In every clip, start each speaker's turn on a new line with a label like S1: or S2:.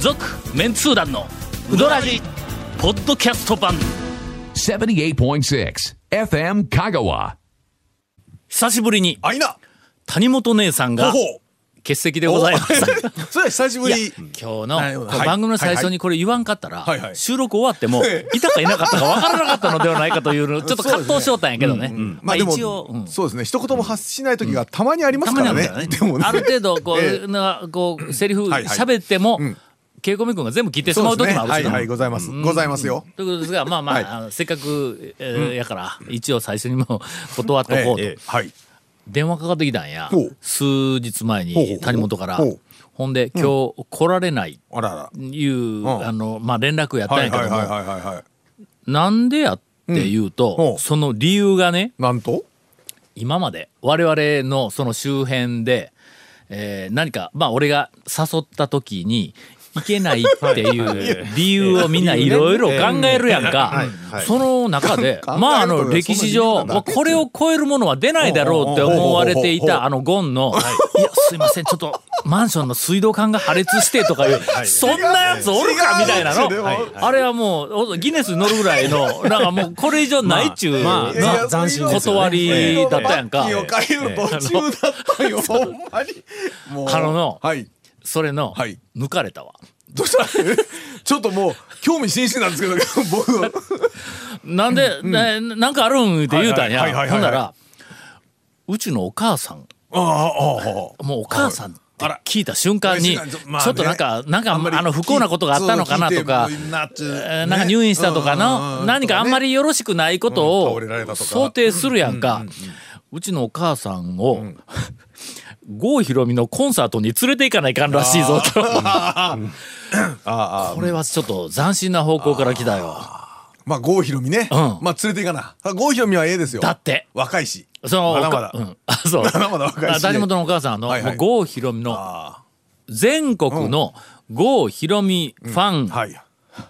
S1: 続メンツー団のウドラジポッドキャスト版
S2: 78.6 FM Kagawa.
S1: 久しぶりに
S3: あいな
S1: 谷本姉さん
S3: ほ
S1: が
S3: ほ
S1: 欠席でご ざいます
S3: うそれは久しぶ
S1: い
S3: り
S1: や今日の
S3: なるほどはい
S1: 番組の最初にこれ言わんかったら、
S3: はいはい
S1: 収録終わって も
S3: え
S1: いたかいなかったか分からなかったのではないかというのをちょっと葛藤しようったんやけどね、まあ、
S3: でも
S1: 一応、うん
S3: そうですね一言も発しない時がたまにあります
S1: た
S3: か
S1: まにあ
S3: ら
S1: る
S3: ね
S1: からね
S3: でもね
S1: ある程度こう、
S3: ええ
S1: なこうセリフ
S3: はいはい
S1: 喋っても、
S3: ん
S1: ケイコミ君が全部聞いてしま
S3: そううで
S1: 時
S3: すね
S1: もあるし
S3: はい
S1: な
S3: はいございますございますよ
S1: ということですがまあまあ,、
S3: はい
S1: あのせっかく、えーやから一応最初にもう 断っとこうと、
S3: ええええはい
S1: 電話かかってきたんや
S3: ほう
S1: 数日前
S3: ほうほうほ
S1: に
S3: う
S1: 谷本から
S3: ほう
S1: ほんで今日来られない
S3: あらら
S1: いう、
S3: ん
S1: あのまあ連絡やったん
S3: は
S1: や
S3: い
S1: けど
S3: は
S1: も、
S3: いはいはいはいは
S1: なんでやって言うと、
S3: うん
S1: その理由がね
S3: いなんと
S1: 今まで我々のその周辺で、えー何かまあ俺が誘った時に行けないっていう理由をみんないろいろ考えるやんか
S4: はい
S1: その中で
S3: 考えると
S1: まああ
S3: そん
S1: の
S3: な理由
S1: 歴史上
S3: なんだ
S1: まあこれを超えるものは出ないだろうって思われてい
S3: ほうほうほうほ
S1: た
S3: う
S1: あのゴンの「いやすいませんちょっとマンションの水道管が破裂して」とかいうそんなやつおるかみたいなの
S3: 違う違う
S1: はいあれはもうギネスに乗るぐらいのなんかもうこれ以上ないっちゅう。
S4: まあ
S3: いや
S4: ざ斬新ですよね
S1: 断りだったやんか
S3: いやバッキーを変える途中だったよほんまにもう
S1: あのの
S3: はい
S1: それの、
S3: はい
S1: 抜かれたわ。
S3: どうしたちょっともう興味津々なんですけど僕は
S1: なんで、ななんかあるんって言うたん
S3: はいは
S1: や。
S3: いはいはいはい
S1: ほんなら、うちのお母さん、
S3: ああああ
S1: もうお母さんって
S3: あら
S1: 聞いた瞬間に、
S3: 嬉しいなまあね
S1: ちょっとなんか、なんか、あ
S3: んまり
S1: の、不幸なことがあったのかなとか
S3: 聞いて、もいいなって
S1: えー
S3: ね
S1: なんか入院したとか
S3: うんうん
S1: の、
S3: うん
S1: 何かあんまりよろしくないこと
S3: うん倒れられた
S1: を
S3: とか
S1: 想定するやんか。うちのお母さんを、郷ひろみのコンサートに連れて行かないかんらしいぞと。これはちょっと斬新な方向から来たよ。
S3: まあ郷ひろみね、
S1: ん
S3: まあ連れていかなあ郷ひろみはええですよ
S1: だって
S3: 若いし
S1: その
S3: まだ
S1: お
S3: ま
S1: か
S3: だ
S1: うん、あそう
S3: まだまだ若いし
S1: あ谷本のお母さんあの、
S3: はいはい
S1: 郷ひろみの
S3: あ
S1: 全国の郷ひろみフ
S3: あ
S1: ァン
S3: はい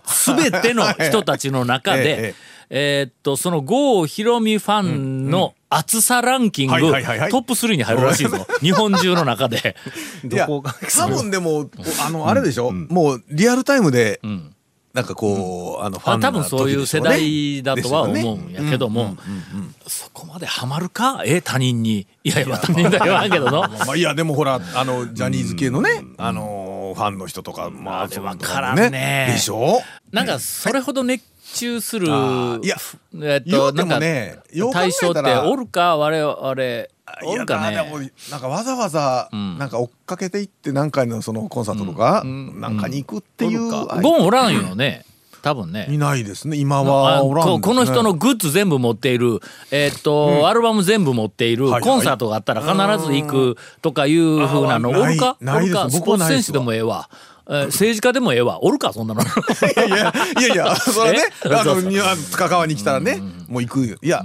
S1: すべての人たちの中
S3: ええ
S1: で
S3: え
S1: えーっとその郷ひろみファンの厚さランキング
S3: は
S1: ト
S3: いはいはいはい
S1: ップ3に入るらしい ぞ日本中の中で
S3: いや
S4: どこが
S3: 多分でもあのあれでしょ、もうリアルタイムで、なんかこう、あのファ
S1: あ
S3: ン
S1: 多
S3: な
S1: 分そういう世代だとは思うんやけども、そこまでハマるかえ他人にいやいや他人だよあんけど の
S3: まあいやでもほらあのジャニーズ系のね、あのファンの人とかまあ
S1: あれ
S3: そういうのと
S1: わからんね
S3: でしょ
S1: なんかそれほど熱中する、
S3: あーいや
S1: えっ
S3: 言
S1: と
S3: うて
S1: なんか
S3: もねよう考えたら
S1: 対象っておるか我々おるか
S3: いやでも
S1: ね
S3: なんかわざわざなんか追っかけていって何回のそのコンサートとか、なんかに行くっていう、
S1: おるか
S3: あ
S1: ゴンおらんよね多分ね
S3: いないですね今は
S1: あ
S3: おらんですね
S1: ここの人のグッズ全部持っている、えっとアルバム全部持っている、
S3: はいはい
S1: コンサートがあったら必ず行くとかいうふうなのお
S3: あー
S1: るか
S3: ない
S1: おるか
S3: ないです
S1: ス
S3: 僕
S1: ポー
S3: は
S1: ツ
S3: ない
S1: 選
S3: です
S1: 手
S3: わ
S1: でもええわ、えー政治家でもええわおるかそんな の
S3: いやいやいやいやそれはねあ
S1: そう
S3: の
S1: そう
S3: にあの塚川に来たらね、もう行くよいや、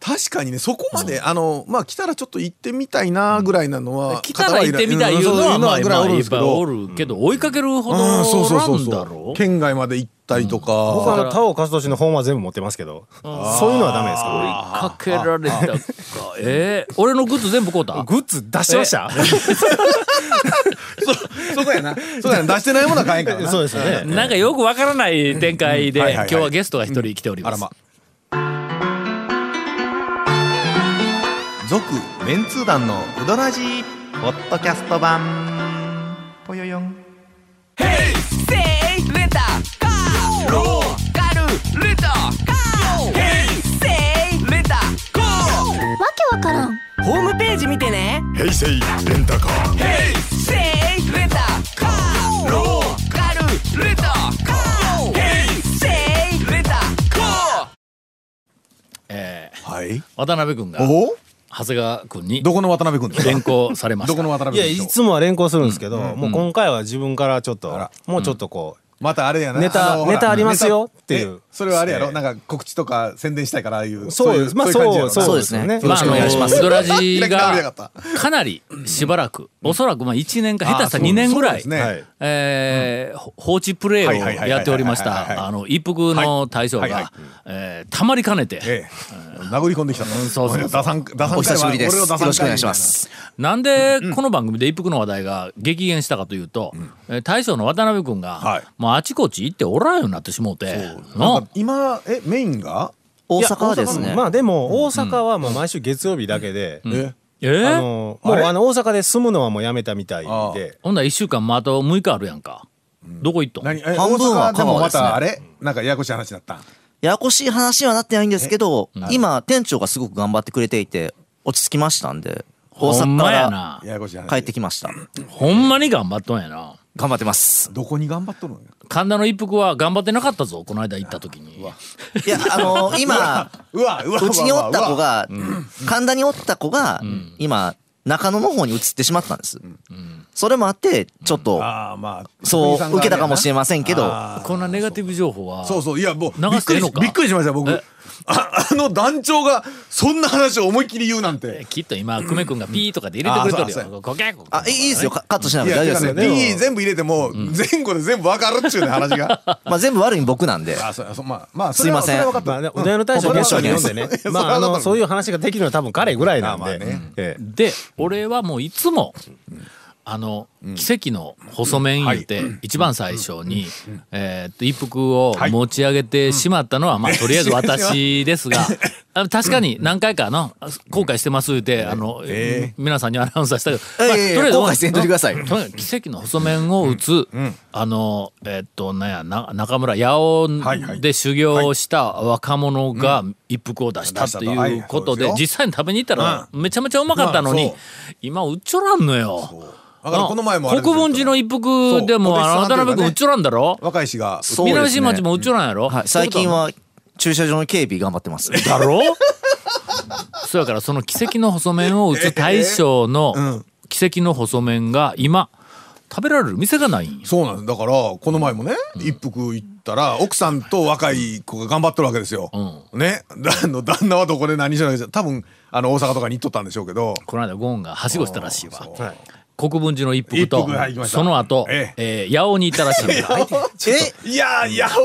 S3: 確かにねそこまで、あのまあ来たらちょっと行ってみたいなぐらいなのは、
S1: 来たら行ってみたいいうのは
S3: 方
S1: まあ
S3: いるのはぐらいおるん
S1: い
S3: で
S1: っ
S3: す
S1: ぱ
S3: け
S1: い
S3: ど、
S1: おるけど追いかけるほどお
S3: うんそうそう
S1: ら
S3: そうんそ
S1: だ
S3: う
S1: ろ
S3: 県外まで行ったりとか、
S4: 僕はあの田尾和俊の本は全部持ってますけど、そういうのはダメですか
S1: かけられたか。えー、俺のグッズ全部買うた
S4: ら。グッズ出してました。
S3: そうだよな そうだよな出してないものは買え んからな
S4: そうですよね。
S1: なんかよくわからない展開で、
S3: うんはいはい
S1: 今日
S3: はい
S1: はゲストが一人来ており
S3: あ
S1: ま
S3: ら
S1: す。
S3: ま続
S5: メンツー団のウドラジーポッドキャスト版ぽよよん
S6: せいレタカーローカルレタカーヘイセイレタカー
S7: わけわからん
S6: ホームページ見てねヘイセイレンタカーヘイセイレンタカーローカルレンタカーヘイセイレンタカー
S1: えー
S3: はい
S1: 渡辺君が、
S3: お
S1: 長谷川君に
S3: どこの渡 辺君ですか
S1: 連行されまし
S3: ど
S1: た
S3: こ。の渡
S4: い
S3: 辺
S4: や
S3: 君でしょ
S4: い
S3: う
S4: つもは連行するんですけど、もう今回は自分からちょっと
S3: あら
S4: もうちょっとこう
S3: またあれやな
S4: ネタ
S3: あのほら
S4: ネタありますよっていう
S3: えそれはあれやろなんか告知とか宣伝したいからああいう
S4: そうです。まあ
S3: い感じや
S4: そ
S3: ろ
S4: う、そうです
S5: そう
S4: よ
S5: ですね
S4: ね。
S5: よろしくお願いします
S1: あのウドラジ
S3: 開き直りやがっ
S1: が
S3: た
S1: かなりしばらく、おそらくまあ1年か下手したら2年ぐらい
S3: そうですね
S4: はい
S1: えーほ放置プレイを
S3: はいはいはいはい
S1: やっておりまし
S3: はいはいはい
S1: たあの一服の大将
S3: はいはいは
S1: がえーたまりかねて
S3: ええ殴り込んできたの
S1: そうそうそう
S3: 打算打算
S5: お久しぶりです。
S3: 俺を
S5: よ
S3: 打算
S5: ろしくお願いします。
S1: なんでこの番組で一服の話題が激減したかというとえー大将の渡辺君
S3: は
S1: が
S3: い
S1: もうあちこち行っておらんようになってしもうて
S3: なん
S1: の
S3: か今えメインが
S5: 大阪はです
S4: いや
S5: ね
S4: ま、あでも大阪はもう毎週月曜日だけで、
S3: え
S1: え
S4: あ
S1: ー
S4: のもうあの大阪で住むのはもうやめたみたい
S3: あ
S4: で、
S1: ほんなら1週間もあと6日あるやんかどこ行っとん
S3: 何え
S5: 半分は
S3: 大阪でもまたあ
S5: 香
S3: れなんかややこしい話になった
S5: ややこしい話はなってないんですけど、今、店長がすごく頑張ってくれていて、落ち着きましたんで、
S1: ほ
S5: 大
S1: ん
S5: 阪
S1: まや
S5: か
S1: な
S3: ややこしい
S5: ら
S3: 話
S5: 帰ってきました。
S1: ほんまに頑張っとんやな
S5: 頑張ってます。
S3: どこに頑張っとるの
S1: 神田の一服は頑張ってなかったぞこの間行った時に
S5: いや、あの ー今、
S3: うわうわ
S5: うちにおった子
S3: うわうわ
S5: が、神田におった子が、今、中野の方に移ってしまったんです。それもあって、ちょっと、
S3: ああまあ
S5: そう、受けたかもしれませんけど、
S1: こんなネガティブ情報は
S3: そうそういやもう
S1: 流していいのか
S3: びっくりしびっくりしました僕
S1: え
S3: ああ の団長がそんな話を思いっきり言うなんて
S1: きっと今久米君がピーとかで入れてくれ
S3: あ
S1: て
S3: そう
S1: る
S3: そ
S1: よゴキャゴキャ
S5: あ、いいいいですよ、カカットしないくて
S3: や
S5: 大丈夫です
S3: て
S5: よ。
S3: かね B 全部入れても前後で全部わかるっちゅうね話 が
S5: まあ全部悪い僕なんで。
S3: あそうそうまあまあ
S5: すいません
S3: それは分かっ
S4: まあ
S3: た
S4: ね、お題の大賞
S3: うん
S4: ゲストに呼んで
S3: い
S4: ね
S3: や、それ
S4: まあ
S3: は分
S4: あ
S3: か
S4: の
S3: った
S4: そういう話ができるのは多分彼ぐらいなん
S3: あまあ
S4: で
S3: ね、
S4: ええ
S1: で俺はもういつもあの奇跡の細麺言うて一番最初にえーっと一服を持ち上げてしまったのはまあとりあえず私ですがあの確かに何回かの後悔してます言うてあの
S3: え
S1: 皆さんにアナウンサーしたけど
S5: え
S1: まあ
S5: えええ後悔せんといてください
S1: とにかく奇跡の細麺を打つ、あのえっとなんやな中村八
S3: はいは
S1: 尾
S3: い
S1: で修行した若者が一服を出した
S3: 出した
S1: と
S3: と
S1: いうことで,、
S3: はいそうですよ
S1: 実際に食べに行ったらめちゃめちゃうまかったのに、
S3: まあそう
S1: 今うっちょらんのよ。
S3: だからこの前もあれ
S1: 国分寺の一服でも
S3: そう
S1: あの渡辺君
S3: お弟子さんというか
S1: う
S3: ね
S1: っちょらんだろ
S3: 若い氏が
S5: そうですね
S1: 南新町もうっちょらんやろ、
S5: はい、最近
S1: っ
S5: は駐車場の警備頑張ってます。
S1: てことはだ ろそうやからその奇跡の細麺を打つ大将 の奇跡の細麺が今食べられる店がないんよ
S3: そうなんですだからこの前もね、一服行ったら奥さんと若い子が頑張ってるわけですよ、ね だあの旦那はどこで何しろ多分あの大阪とかに行っとったんでしょうけど
S1: この間ゴーンがはしごしたらしいわ
S3: そう
S4: はい
S1: 国分寺の一服と
S3: 一服はい行きました
S1: その後、え
S3: え
S1: ー八尾に行ったらしいんだ
S5: え
S3: いやーヤホ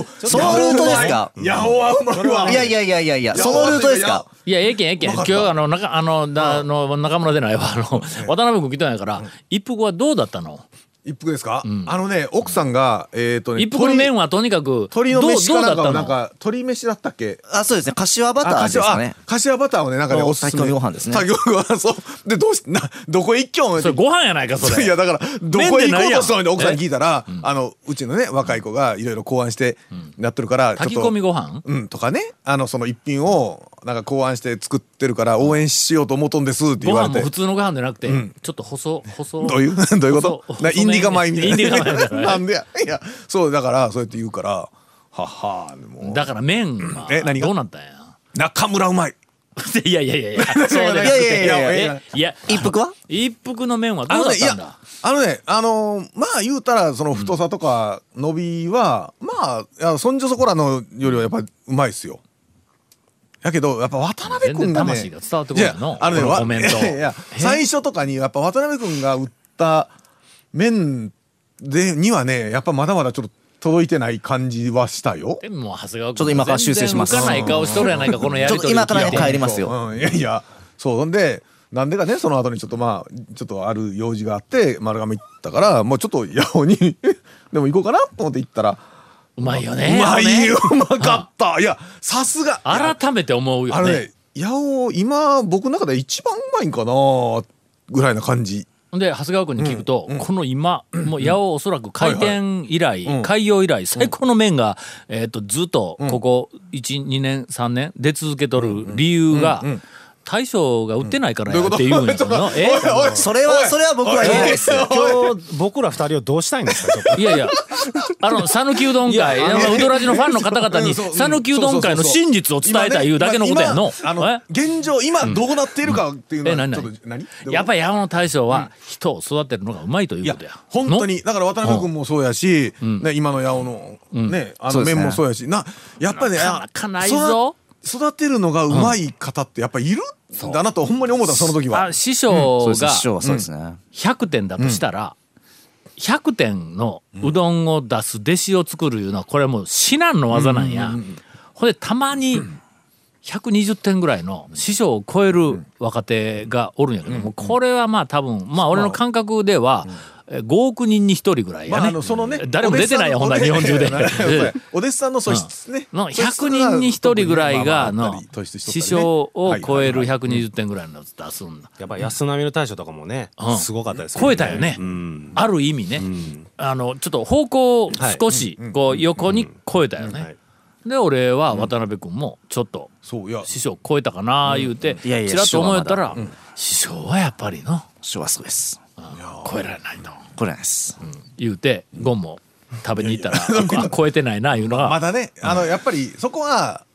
S3: ー
S5: そのルートですか
S3: ヤホーはうまいわ
S5: いやいやいやいやいや、そのルートですか
S1: いやええけんええけん今日あの中あのなあの中村でないわあの渡辺君来たんやから一服はどうだったの
S3: 一服ですか、あのね奥さんがえっ、とね
S1: 一服の麺はとにかく
S3: 鶏
S1: ど
S3: 鶏
S1: うど
S3: の飯か
S1: うだっ
S3: なんかを
S1: た
S3: なん
S1: の
S3: か鶏飯だったっけ
S5: あ、そうですね、柏バターですかね。
S3: あ柏バターをねなんかね
S5: そう
S3: おすすめ
S5: 炊き込みご飯ですね
S3: 炊き込みご飯そうでどうしなどこ一挙も
S1: それご飯やないかそれ
S3: いやだからど
S1: 麺
S3: こへ
S1: で
S3: 行
S1: な
S3: こ
S1: いうやん
S3: としたのに奥さんに聞いたら、あのうちのね若い子がいろいろ考案してやってるから、ちょっと
S1: 炊き込みご飯
S3: うんとかねあのその一品をなんか考案して作ってるから応援しようと思っとんですって言
S1: ご飯
S3: われて
S1: も普通のご飯じゃなくて、ちょっと細細
S3: どう いうどういうこ
S1: 細
S3: となインディカ米みたいな
S1: インディカ米みたいな
S3: なんでや いやそうだからそうやって言うからはっはーもう
S1: だから麺は
S3: え何が
S1: どうなったんや
S3: 中村うまい
S1: いやいやいやい やそうじゃなくて
S5: いやいやいやいや
S1: えいや
S5: 一服は
S1: 一服の麺は
S3: あ
S1: どう
S3: の
S1: だっ
S3: ねい
S1: た
S3: や
S1: んだ
S3: あのねあのーまあ言うたらその太さとか伸びは、まあいやそんじょそこらのよりはやっぱうまいっすよやけどやっぱ渡辺君がね
S1: 全然魂が伝わってこないの
S3: いやあのね
S1: この
S3: わ
S1: コメント
S3: いやいや
S1: え
S3: 最初とかにやっぱ渡辺君が売った麺でにはねやっぱまだまだちょっと届いてない感じはしたよ
S1: でも長谷川君
S5: ちょっと今から修正します
S1: 全然浮かない顔しとるやないかこのやりとり
S5: ちょっ と今からね
S1: 聞いて
S5: 帰りますよ
S3: うん、いやいやそうほんでなんでかねその後にちょっとまあちょっとある用事があって丸亀行ったからもうちょっと八尾に でも行こうかなと思って行ったら
S1: うまいよ
S3: う
S1: ね
S3: まいよ
S1: あ
S3: うまかったいやさすが
S1: のね改めて思うよ
S3: あの
S1: ね
S3: ね八尾今僕の中で一番うまいんかなぐらいな感じ
S1: で長谷川君に聞くとこの今もう八尾おそらく開店以来開業以来最高の麺がえっとずっとここ12年3年出続けとる理由が大将が売ってないからや
S3: うん
S1: っ
S3: どう
S1: て
S3: いう
S1: 言う
S3: こと
S1: んやからな。え
S3: おい
S5: それはそれは僕は言えないですよ
S4: 今日僕ら二人をどうしたいんですかちょっと
S1: いやいや、あの、讃岐うどん会、あのうどらじのファンの方々に、
S3: そううん
S1: 讃岐うどん会の真実を伝えたいうだけのことやんの。
S3: 今ね今あの
S1: え
S3: 現状今どうなっているかっていう
S1: え、
S3: の
S1: な
S3: は
S1: ん
S3: ち
S1: な
S3: ょっ
S1: ん
S3: と何
S1: やっぱり山の大将は人を育てるのがうまいとい
S3: いうや
S1: ことや。
S3: 本当にだから渡辺
S1: う
S3: 君もそうやし、ね、今の八尾の,、ね、あ
S5: そう
S3: の
S5: です
S3: 面
S5: ね
S3: もそうやしなやっぱりね
S1: なかなかないぞ
S3: 育育てるのがうまい方ってやっぱいるんだなとほんまに思ったその時は
S1: あ。師匠
S5: そう
S1: が
S5: です師匠はそうですね、
S1: 100点だとしたら、100点のうどんを出す弟子を作るいうのはこれはもう至難の技なんや。ほんでたまに120点ぐらいの師匠を超える若手がおるんやけどもこれはまあ多分まあ俺の感覚ではえ5億人に1人ぐらいや
S3: まあ、あ
S1: ね
S3: のそのね
S1: 誰も出てないやほんなら日本 中で。
S3: お弟子さんの素質ね、
S1: の100人に1人ぐらいが
S3: まあまああ
S1: の
S3: ったり突出しとったり
S1: 師
S3: ね
S1: 匠を超える
S3: はいはいはい
S1: 120点ぐらいのやつ出すんだ。
S4: やっぱ安波の大将とかもね、
S1: うん
S4: すごかったです
S1: 超えたよね、
S4: うん
S1: ある意味ね、あのちょっと方向を少しこう横に超えたよね、
S4: はい
S1: で俺は渡辺君もちょっと
S3: そういや
S1: 師匠超えたかな言うて
S5: いやいや
S1: ちらっと思えたら師匠はやっぱりの
S5: 師匠はそうです
S1: 超えられないの
S5: これなんです、
S1: 言うてゴンも食べに行ったらあ超えてないないうの
S3: ま
S1: が
S3: だね、あのやっぱりそこは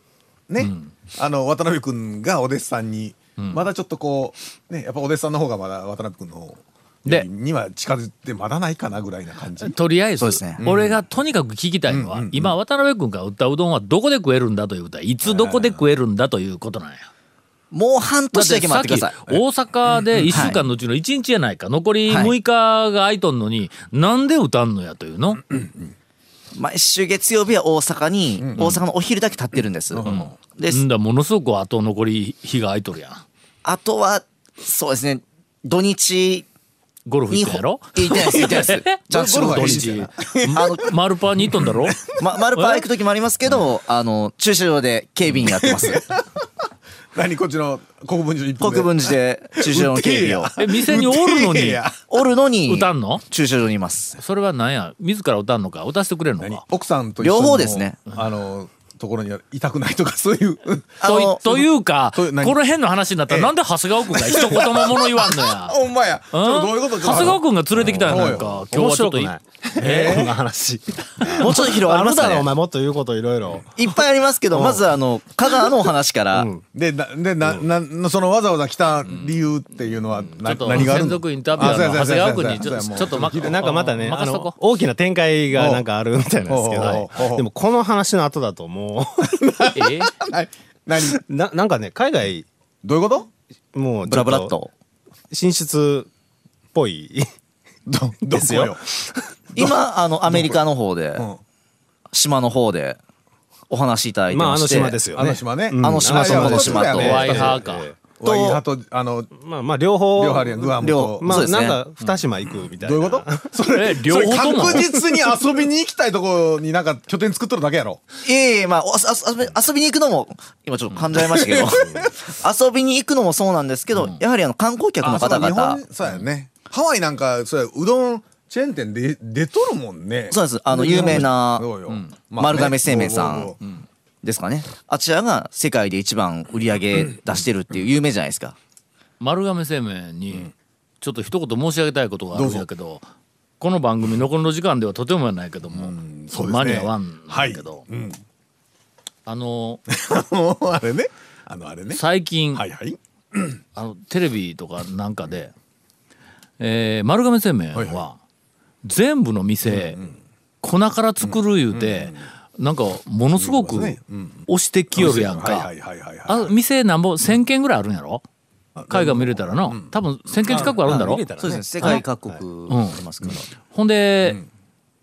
S3: ね、あの渡辺君がお弟子さんに、まだちょっとこうねやっぱお弟子さんの方がまだ渡辺君の方
S1: で
S3: には近づいてまだないかなぐらいな感じ。
S1: とりあえ
S5: そう
S1: ず
S5: ですね
S1: 俺がとにかく聞きたいのは今渡辺君が売ったうどんはどこで食えるんだという歌いつどこで食えるんだということなんや。
S5: もう半
S1: だっ
S5: 年だけ待ってくだ
S1: さ
S5: さ
S1: っ
S5: い
S1: き大阪で1週間のうちの1日やないか残り6日が空いとんのになんで歌んのやというの
S5: 毎週月曜日は大阪に、大阪のお昼だけ立ってるんです、で
S1: んだものすごく後残り日が空いとるやん
S5: あとはそうですね土日
S1: ゴルフ
S5: に
S1: 行ったやろ
S5: 行ってないです行ってないですちゃんと仕事
S3: ゴルフ
S1: 土
S3: は
S5: 土
S3: いい
S5: 日
S1: 日マルパーに行っとんだろ
S5: ま、マルパー行く時もありますけど、あの駐車場で警備員やってます
S3: 何こっちの国分寺の一本で
S5: 国分寺で駐車場の警備を
S1: え店におるの
S3: うてえ
S1: に
S3: や
S5: おるのに
S1: 歌んの
S5: 駐車場にいます
S1: それは何や自ら歌んのか歌わせてくれるの
S3: 何
S1: か
S3: 奥さんと一緒に
S5: 両方ですね
S3: あのところにはいたくないとかそういう
S5: あの
S1: とというか
S3: そ
S1: こ
S3: う何
S1: の辺の話になったらなんで長谷川君が一言も物言わんのや
S3: ほんまやちょっとどういうこと
S1: うん長谷川君が連れてきたやないか今日
S4: 面
S1: はちょっ
S4: 白
S1: と
S4: く
S1: い
S4: ない、えーこんな話
S5: もうちょっと広が
S4: あ
S5: りま
S4: る
S5: すか
S4: だろお
S5: ね
S4: 前もっと言うこといろいろ
S5: いっぱいありますけどまずあの香川のお話から、
S3: でなでな、なそのわざわざ来た理由っていうのは
S1: ちょ
S3: な
S1: っと
S3: 何がある
S1: 専
S3: の
S1: 属インタビュアーの長谷川君にちょっとちょっとま
S3: き
S4: なんかまたねあ
S1: 任せと
S4: の
S1: こ
S4: 大きな展開がなんかあるみたいなんですけ
S3: おうおうおうお
S4: ど
S3: う
S4: でもこの話の後だとも
S1: え
S3: 何何
S4: う ななんかね海外
S3: どういうこと
S4: もうちょ
S5: ブラ
S4: っ
S5: ブラっ
S4: と
S5: と
S4: 進出っぽい
S3: どど
S4: ですよ
S3: こ
S5: 今あのアメリカの方で、
S3: ん
S5: 島の方でお話しいただいて
S4: まあ
S5: ま
S4: あの
S5: して、
S4: 島ですよね
S3: あの島ね
S4: うん
S5: あの島
S4: あ
S5: その
S4: いや
S5: 島と
S4: そうだよね
S1: ワイハーか
S4: え
S3: とワイハとあの
S4: えまあまあ両方
S3: 両ハリアングアムと
S5: 両
S4: ま
S5: そう
S4: あ
S5: ですね
S4: なんか二島行くみたいな
S3: どういうことそ
S1: え
S3: れ
S1: 両方とも
S3: それ確実に遊びに行きたいところになんか拠点作っとるだけやろ
S5: いえいえまあおあ遊び遊びに行くのも今ちょっと感じられましたけど、遊びに行くのもそうなんですけど、やはりあの観光客の
S3: あそう
S5: 方
S3: だ日
S5: 々
S3: 本そうやねハワイなんかそうやうどんチェーン店で出とるもんね
S5: そうですあの有名な
S3: そうよまあね
S5: 丸亀製麺さ
S3: おうおうおうん
S5: ですかねあちらが世界で一番売り上げ出してるっていう有名じゃないですか
S1: 丸亀製麺にちょっと一言申し上げたいことがあるんだけどこの番組残りの時間ではとてもやないけども、
S3: そうですね
S1: 間に合わんだけど、
S3: はいうん
S1: あの
S3: も うあれねあのあれね
S1: 最近、
S3: はいはい
S1: あのテレビとかなんかで、えー丸亀製麺
S3: はい
S1: は全部の店、粉から作る言うて、なんかものすごく
S3: 言いますねう
S1: 押してきよるやんか。
S3: はいはいはいはいはい
S1: あ店なんぼ1,000軒ぐらいあるんやろ海外見れたらの多分1,000軒近くあるんだろ
S4: 見れたら
S5: そうですね世界各国ありますから、
S1: ほんで、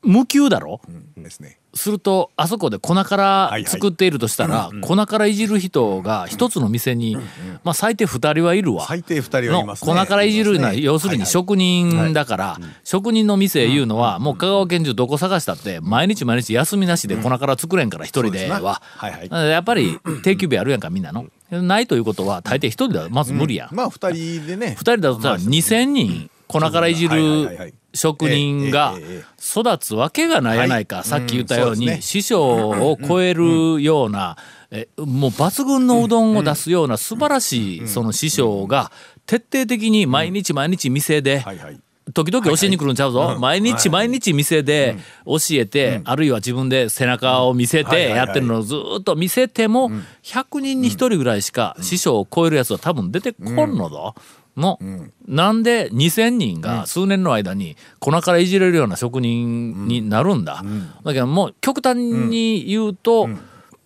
S1: 無給だろ
S3: ですね
S1: するとあそこで粉から
S3: はいはい
S1: 作っているとしたら、粉からいじる人が一つの店に、まあ最低2人はいるわ。
S3: 最低2人はい
S1: の
S3: ますね
S1: 粉からいじるのは
S3: ますね
S1: 要するに職人だから職人の店いうのはもう香川県中どこ探したって毎日毎日休みなしで粉から作れんから一人で
S3: そうですな
S1: は
S3: はいはい
S1: やっぱり定休日あるやんかみんなのないということは大抵一人ではまず無理やん
S3: まあ2人でね
S1: 2人だとさ2,000人粉からいじ
S3: はいはいはいは
S1: る
S3: い
S1: 職人が
S3: えええええ
S1: 育つわけがないやないかさっき言ったよう
S3: うんそうです
S1: に
S3: ね
S1: 師匠を超えるようなえもう抜群のうどんを出すような素晴らしいその師匠が徹底的に毎日毎日店で、
S3: はいはい
S1: 時々教えに来るんちゃうぞ、毎日毎日店で教えて、あるいは自分で背中を見せ
S3: はいは
S1: て
S3: いはい
S1: やってるのをずーっと見せても、100人に1人ぐらいしか師匠を超えるやつは多分出てこんのぞ。の、なんで2,000人が数年の間に粉からいじれるような職人になるんだ、だけどもう極端に言うと、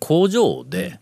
S1: 工場で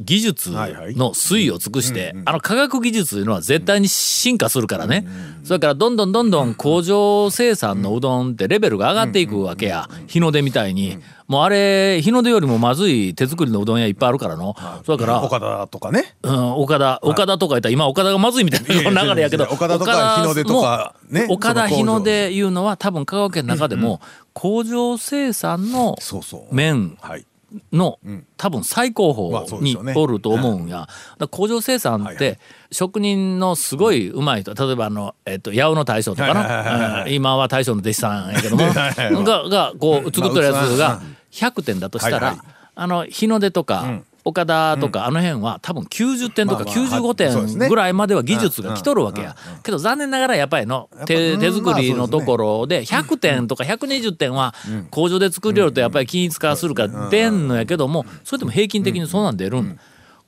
S1: 技術
S3: はいはい
S1: の推を尽くして、あの科学技術というのは絶対に進化するからね。それからどんどんどんどん工場生産のうどんってレベルが上がっていくわけや。日の出みたいに。もうあれ、日の出よりもまずい手作りのうどん屋いっぱいあるからの。それから、
S3: 岡田とかね
S1: うん、岡田、岡田とか言ったら、今岡田がまずいみたいな流れやけど、
S3: いやいやいやいや岡田とか日の出とか
S1: 岡田
S3: ね
S1: も岡田
S3: その工場
S1: 日の出いうのは多分香川県の中でも、工場生産の
S3: そうそう
S1: 麺
S3: はい
S1: の、多分最高
S3: まあそ
S1: 峰
S3: うで
S1: に
S3: しょうね
S1: おると思うんや。だから工場生産っ
S3: はいは
S1: て職人のすごい上手い人、例えばあの、えっと、八尾の大将とか
S3: はいはいはい
S1: な、うん今は大将の弟子さんやけども、 が、が、こう、作ってるやつ
S3: まあ
S1: が100点だとした
S3: はい
S1: ら
S3: は、
S1: あの、日の出とか、岡田とかあの辺は多分90点とか
S3: まあまあ
S1: 95
S3: そうです
S1: 点
S3: ね
S1: ぐらいまでは技術が来とるわけや。けど残念ながらやっぱりの手
S3: うん
S1: 手作りの
S3: まあそうですね
S1: ところで100点とか120点は工場で作りよるとやっぱり均一化するから出んのやけどもそれでも平均的にそうなん出るん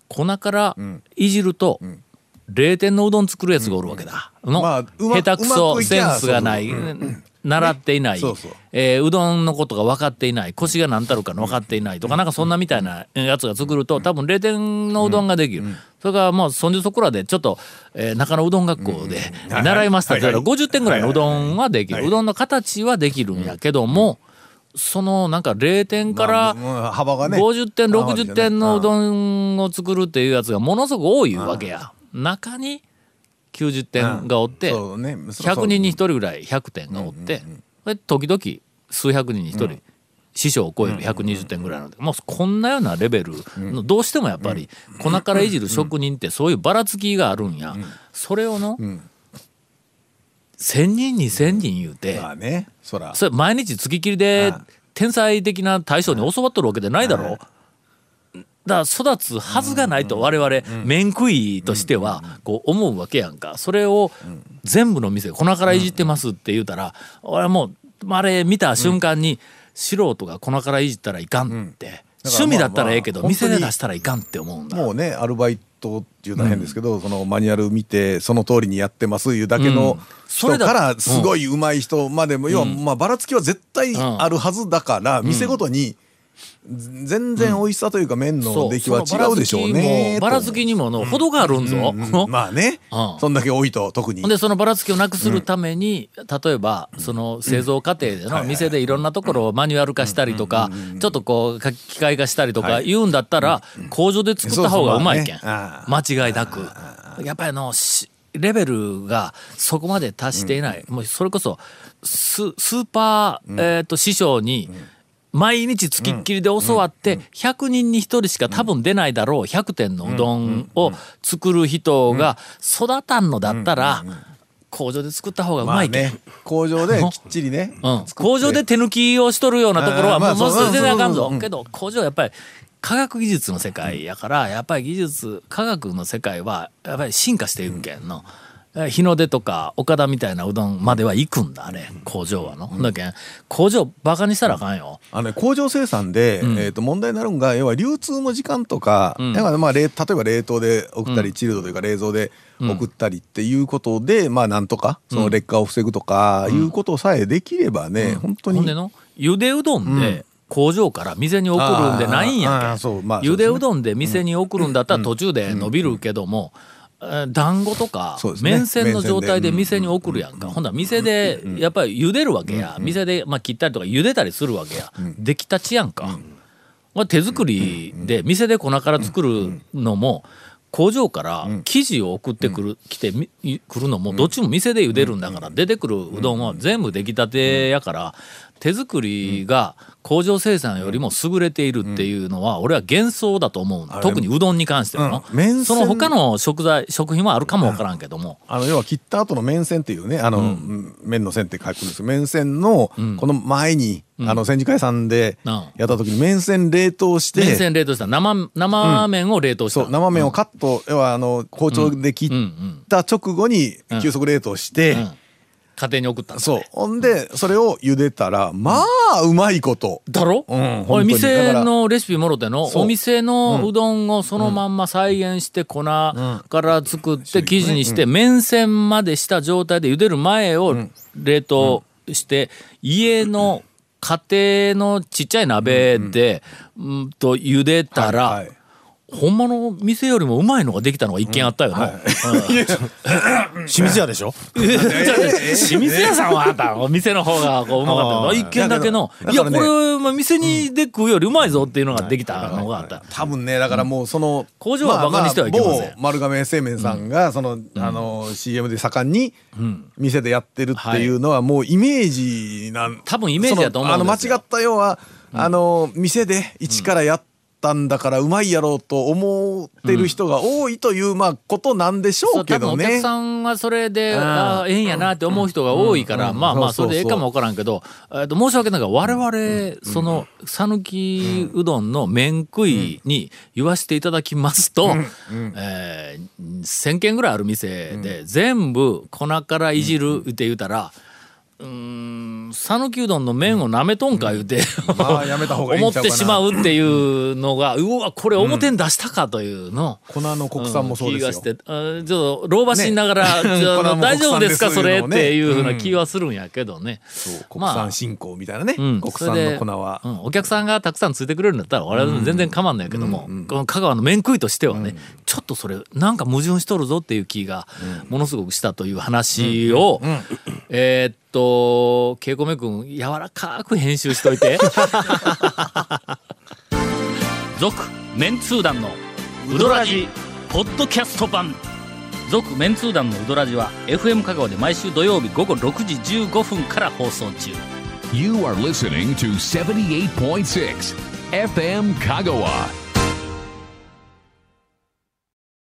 S1: 粉からいじると0点のうどん作るやつがおるわけだの
S3: まあうま
S1: 下手く
S3: うま
S1: そ
S3: くい
S1: セ
S3: き
S1: ン
S3: ゃ
S1: スがない習っていない
S3: そうそう
S1: えーうどんのことが分かっていない腰が何たるかの分かっていないとかなんかそんなみたいなやつが作ると多分0点のうどんができる、それからもうそんじょそこらでちょっと、えー中野うどん学校で
S3: はい
S1: 習いましたけど
S3: はいはい
S1: 50点ぐらいのうどんはできる、
S3: はいはいう
S1: どんの形はできるんやけども、そのなんか0点から、
S3: まあ幅がね
S1: 50点
S3: 幅がね
S1: 60点のうどんを作るっていうやつがものすごく多いわけや中に90点がおって
S3: うんそうね
S1: 100人に1人ぐらい100点がおってで時々数百人に1人師匠を超える120点ぐらいなんでもうこんなようなレベルのどうしてもやっぱり粉からいじる職人ってそういうばらつきがあるんやそれをの1,000人2,000人言うて。
S3: まあねそら
S1: それ毎日月切りで
S3: はい
S1: 天才的な大将に教わっとるわけじゃないだろう。だから育つはずがないと我々面食いとしてはこう思うわけやんかそれを全部の店粉からいじってますって言うたら俺はもうあれ見た瞬間に素人が粉からいじったらいかんって
S3: だからまあ
S1: 趣味だったらええけど
S3: まあ
S1: 店で出したらいかんって思うんだ。
S3: もうねアルバイトっていうのは変ですけど、そのマニュアル見てその通りにやってますいうだけ
S1: うん
S3: の
S1: それだ
S3: 人からすごい上手い人までも、要はまあばらつきは絶対
S1: ん
S3: あるはずだから、店ごとに全然美味しさというか麺の出来は違うでしょうね。
S1: ばらつきにもばらつきにもの程があるんぞ。
S3: とうんまあね、
S1: うん
S3: そんだけ多いと特に
S1: ほん。でそのばらつきをなくするために、例えばその製造過程での店でいろんなところをマニュアル化したりとか、ちょっとこうか機械化したりとか言うんだったら、工場で作った方がうまいけん、
S3: そうそうまあ
S1: 間違いなくやっぱりあのしレベルがそこまで達していない、もうそれこそススーパー、えー、と師匠に、毎日つきっきりで教わって100人に1人しか多分出ないだろう100点のうどんを作る人が育たんのだったら工場で作った方がう
S3: ま
S1: ま
S3: あ
S1: いけ
S3: ね
S1: ん。
S3: 工場できっちりね、
S1: うん、工場で手抜きをしとるようなところは
S3: あーま
S1: もうも
S3: あ
S1: う
S3: そうそう
S1: 全然あかん
S3: そうそう
S1: ぞ
S3: うん
S1: けど工場はやっぱり科学技術の世界やからやっぱり技術科学の世界はやっぱり進化していくけんの。え日の出とか岡田みたいなうどんまでは行くんだあれ工場はの。だけん工場バカにしたらあかんよ。
S3: あのね工場生産で、えー、と問題になるんが要は流通の時間とか,、だからまあ冷例えば冷凍で送ったり、チルドというか冷蔵で送ったりっていうことで、まあなんとかその劣化を防ぐとかいうことさえできればね、本当
S1: ほんで
S3: に
S1: のゆでうどんで工場から店に送るんでないん
S3: あーあ
S1: や
S3: ー
S1: け、
S3: そうんまあ
S1: ゆでうどんで店に送るんだったら途中で伸びるけども、えー団子とか
S3: そうですね
S1: 麺線の状態で
S3: 麺線
S1: 店
S3: で
S1: に送るやんか、ほんなら店でやっぱり茹でるわけや、店でまあ切ったりとか茹でたりするわけや、出来たちやんか、まあ手作りで店で粉から作るのも工場から生地を送ってくる、来てみ来るのもどっちも店で茹でるんだから出てくるうどんは全部出来たてやから手作りが工場生産よりも優れているっていうのは俺は幻想だと思う
S3: あれ
S1: 特にうどんに関しては
S3: うん麺
S1: のそ
S3: 線
S1: の他の食材食品はあるかもわからんけども
S3: あの要は切った後の面線っていうねあの、面の線って書くんですけど面線のこの前に、あの戦時会さんで
S1: うん
S3: やった時に面線冷凍して
S1: 麺線冷凍した生生麺を冷凍した
S3: そう生麺をカット、要はあの包丁で切った直後に急速冷凍して、
S1: うん家庭に送ったんだ
S3: そうほんでそれを茹でたらまあうまいこと、
S1: だろ、
S3: うん本当に
S1: 俺店
S3: だから
S1: のレシピもろての
S3: そう
S1: お店のうどんをそのまんま再現して粉から作って生地にして麺線までした状態で茹でる前を冷凍して家の家庭のちっちゃい鍋でうんと茹でた
S3: は
S1: ら
S3: い
S1: 本物の店よりもうまいのができたのが一見あったよね。
S4: 清水屋でしょ
S1: 清水屋さんはあんたお店の方がこううまかったけど一軒だけのい
S3: だけ
S1: や
S3: ど
S1: こ
S3: だからね
S1: れまあ店にで食うよりうまいぞっていうのができたのがあった。
S3: 多分ねだからもうその、
S1: 工場は馬鹿にしてはいけません
S3: 某丸亀製麺さんがその、あの CM で盛んに店でやってるっていうのはもうイメージなん
S1: 多分イメージやと思うん
S3: そのあの
S1: ですよ
S3: 間違った要は、あの店で一からやったんだからうまいやろうと思ってる人が多いというまあことなんでしょ
S1: そうう
S3: け
S1: 多分
S3: ど
S1: お客
S3: ね。
S1: さんはそれで、あーええんやなって思う人が多いから、まあまあそ
S3: そうそうそう
S1: れでええかもわからんけど、えっと申し訳ないが我々、その讃岐うどんの麺食いに言わしていただきますと、えー1,000軒ぐらいある店で、全部粉からいじるって言うたら。うーん讃岐うどんの麺をなめとんか言うて、
S3: まあやめた方がい い
S1: 思
S3: ん
S1: っ
S3: ちゃうかな
S1: てしまうっていうのが、うわこれ表に出したかというの、
S3: 粉の国産もそうですよ。
S1: ん気がして、あちょっと老婆しながら、
S3: ね
S1: ちょっ
S3: これ
S1: と
S3: はもう
S1: 大丈夫ですか
S3: 国産です
S1: それ
S3: そういうのも
S1: っ
S3: ね
S1: ていうふうな気はするんやけどね。
S3: 国産振興みたいなね、
S1: うん
S3: 国
S1: それ
S3: 産
S1: で
S3: の粉は。
S1: うんお客さんがたくさんついてくれるんだったら我々も全然構わんないけども、この香川の麺食いとしてはね、ちょっとそれなんか矛盾しとるぞっていう気がものすごくしたという話を、えーっと稽古目くん柔らかく編集しとい て「続・メンツー団のウドラジポッドキャスト版」「続・メンツー団のウドラジは FM 香川で毎週土曜日午後6時15分から放送中。
S2: You are listening to 78.6 FM Kagawa.